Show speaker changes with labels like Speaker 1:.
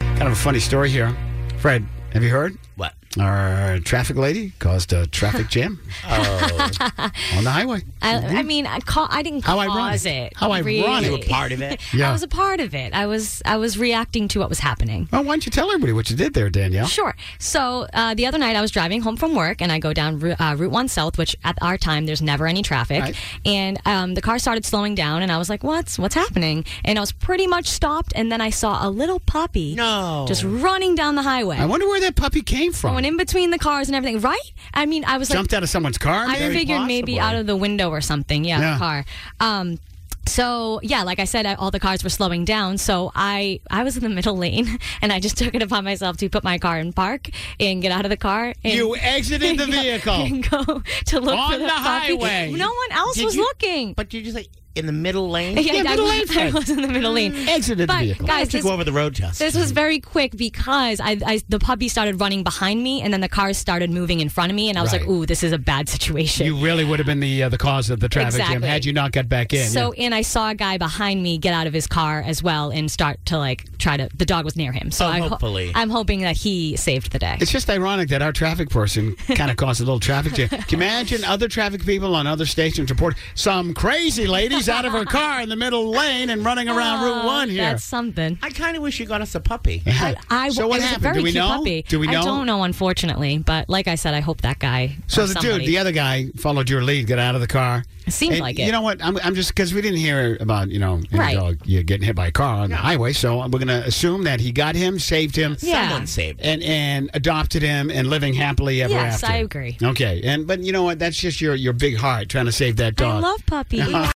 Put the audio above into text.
Speaker 1: Kind of a funny story here. Fred, have you heard?
Speaker 2: What?
Speaker 1: Our traffic lady caused a traffic jam
Speaker 3: Oh.
Speaker 1: on the highway.
Speaker 3: I, I mean, I call. I didn't
Speaker 1: Mm-hmm. How
Speaker 3: cause
Speaker 1: ironic.
Speaker 3: it.
Speaker 1: How
Speaker 3: really.
Speaker 1: ironic.
Speaker 2: You were part of it.
Speaker 1: Yeah.
Speaker 3: I was a part of it. I was. I was reacting to what was happening.
Speaker 1: Well, why don't you tell everybody what you did there, Danielle?
Speaker 3: Sure. So uh, the other night, I was driving home from work, and I go down Ru- uh, Route One South, which at our time there's never any traffic.
Speaker 1: Right.
Speaker 3: And um, the car started slowing down, and I was like, "What's what's happening?" And I was pretty much stopped, and then I saw a little puppy
Speaker 2: No.
Speaker 3: just running down the highway,
Speaker 1: I wonder where that puppy came
Speaker 3: going
Speaker 1: from.
Speaker 3: in between the cars and everything. Right? I mean, I was like,
Speaker 1: Jumped out of someone's car?
Speaker 3: I
Speaker 1: maybe?
Speaker 3: figured maybe
Speaker 2: possibly.
Speaker 3: out of the window or something. Yeah,
Speaker 1: Yeah.
Speaker 3: the car. Um, so yeah, like I said, I, all the cars were slowing down. So I I was in the middle lane, and I just took it upon myself to put my car in park and get out of the car. And
Speaker 2: You exited the
Speaker 3: Yeah,
Speaker 2: vehicle.
Speaker 3: and go to look
Speaker 2: On
Speaker 3: for the,
Speaker 2: the
Speaker 3: puppy.
Speaker 2: highway.
Speaker 3: No one else
Speaker 2: Did
Speaker 3: was
Speaker 2: you-
Speaker 3: looking.
Speaker 2: But you're just like in the middle lane. Mm.
Speaker 3: yeah, I,
Speaker 1: middle
Speaker 3: was-
Speaker 1: lane,
Speaker 3: I
Speaker 1: Fred.
Speaker 3: was in the middle lane.
Speaker 1: Exited the
Speaker 3: But
Speaker 1: vehicle.
Speaker 3: guys,
Speaker 2: Just
Speaker 3: this-
Speaker 2: go over the road test.
Speaker 3: this was very quick because I, I the puppy started running behind me, and then the cars started moving in front of me, and I was
Speaker 1: Right.
Speaker 3: like, "Ooh, this is a bad situation."
Speaker 1: You really would have been the uh, the cause of the traffic jam
Speaker 3: Exactly.
Speaker 1: had you not got back in.
Speaker 3: So, and I saw a guy behind me get out of his car as well and start to like try to. The dog was near him, so
Speaker 2: Oh,
Speaker 3: I ho-
Speaker 2: hopefully.
Speaker 3: I'm hoping that he saved the day.
Speaker 1: It's just ironic that our traffic person kind of caused a little traffic jam. Can you imagine other traffic people on other stations report some crazy ladies out of her car in the middle lane and running around Route 1 here?
Speaker 3: That's something.
Speaker 2: I kind of wish you got us a puppy.
Speaker 3: But I
Speaker 1: so
Speaker 3: it
Speaker 1: what
Speaker 3: was
Speaker 1: happened?
Speaker 3: a very
Speaker 1: Do we
Speaker 3: cute
Speaker 1: know?
Speaker 3: puppy.
Speaker 1: Do we know?
Speaker 3: I don't know, unfortunately. But like I said, I hope that guy.
Speaker 1: So
Speaker 3: or
Speaker 1: the
Speaker 3: somebody-
Speaker 1: dude, the other guy, followed your lead, got out of the car.
Speaker 3: It seemed
Speaker 1: And
Speaker 3: like
Speaker 1: You
Speaker 3: it.
Speaker 1: know what? I'm, I'm just because we didn't hear about you know any
Speaker 3: Right.
Speaker 1: dog you getting hit by a car on the highway, so we're gonna assume that he got him, saved him,
Speaker 3: Yeah.
Speaker 2: Someone saved. it.
Speaker 1: and and adopted him, and living happily ever
Speaker 3: Yes,
Speaker 1: after.
Speaker 3: I agree.
Speaker 1: Okay, and but you know what? That's just your your big heart trying to save that
Speaker 3: I
Speaker 1: dog.
Speaker 3: love puppies.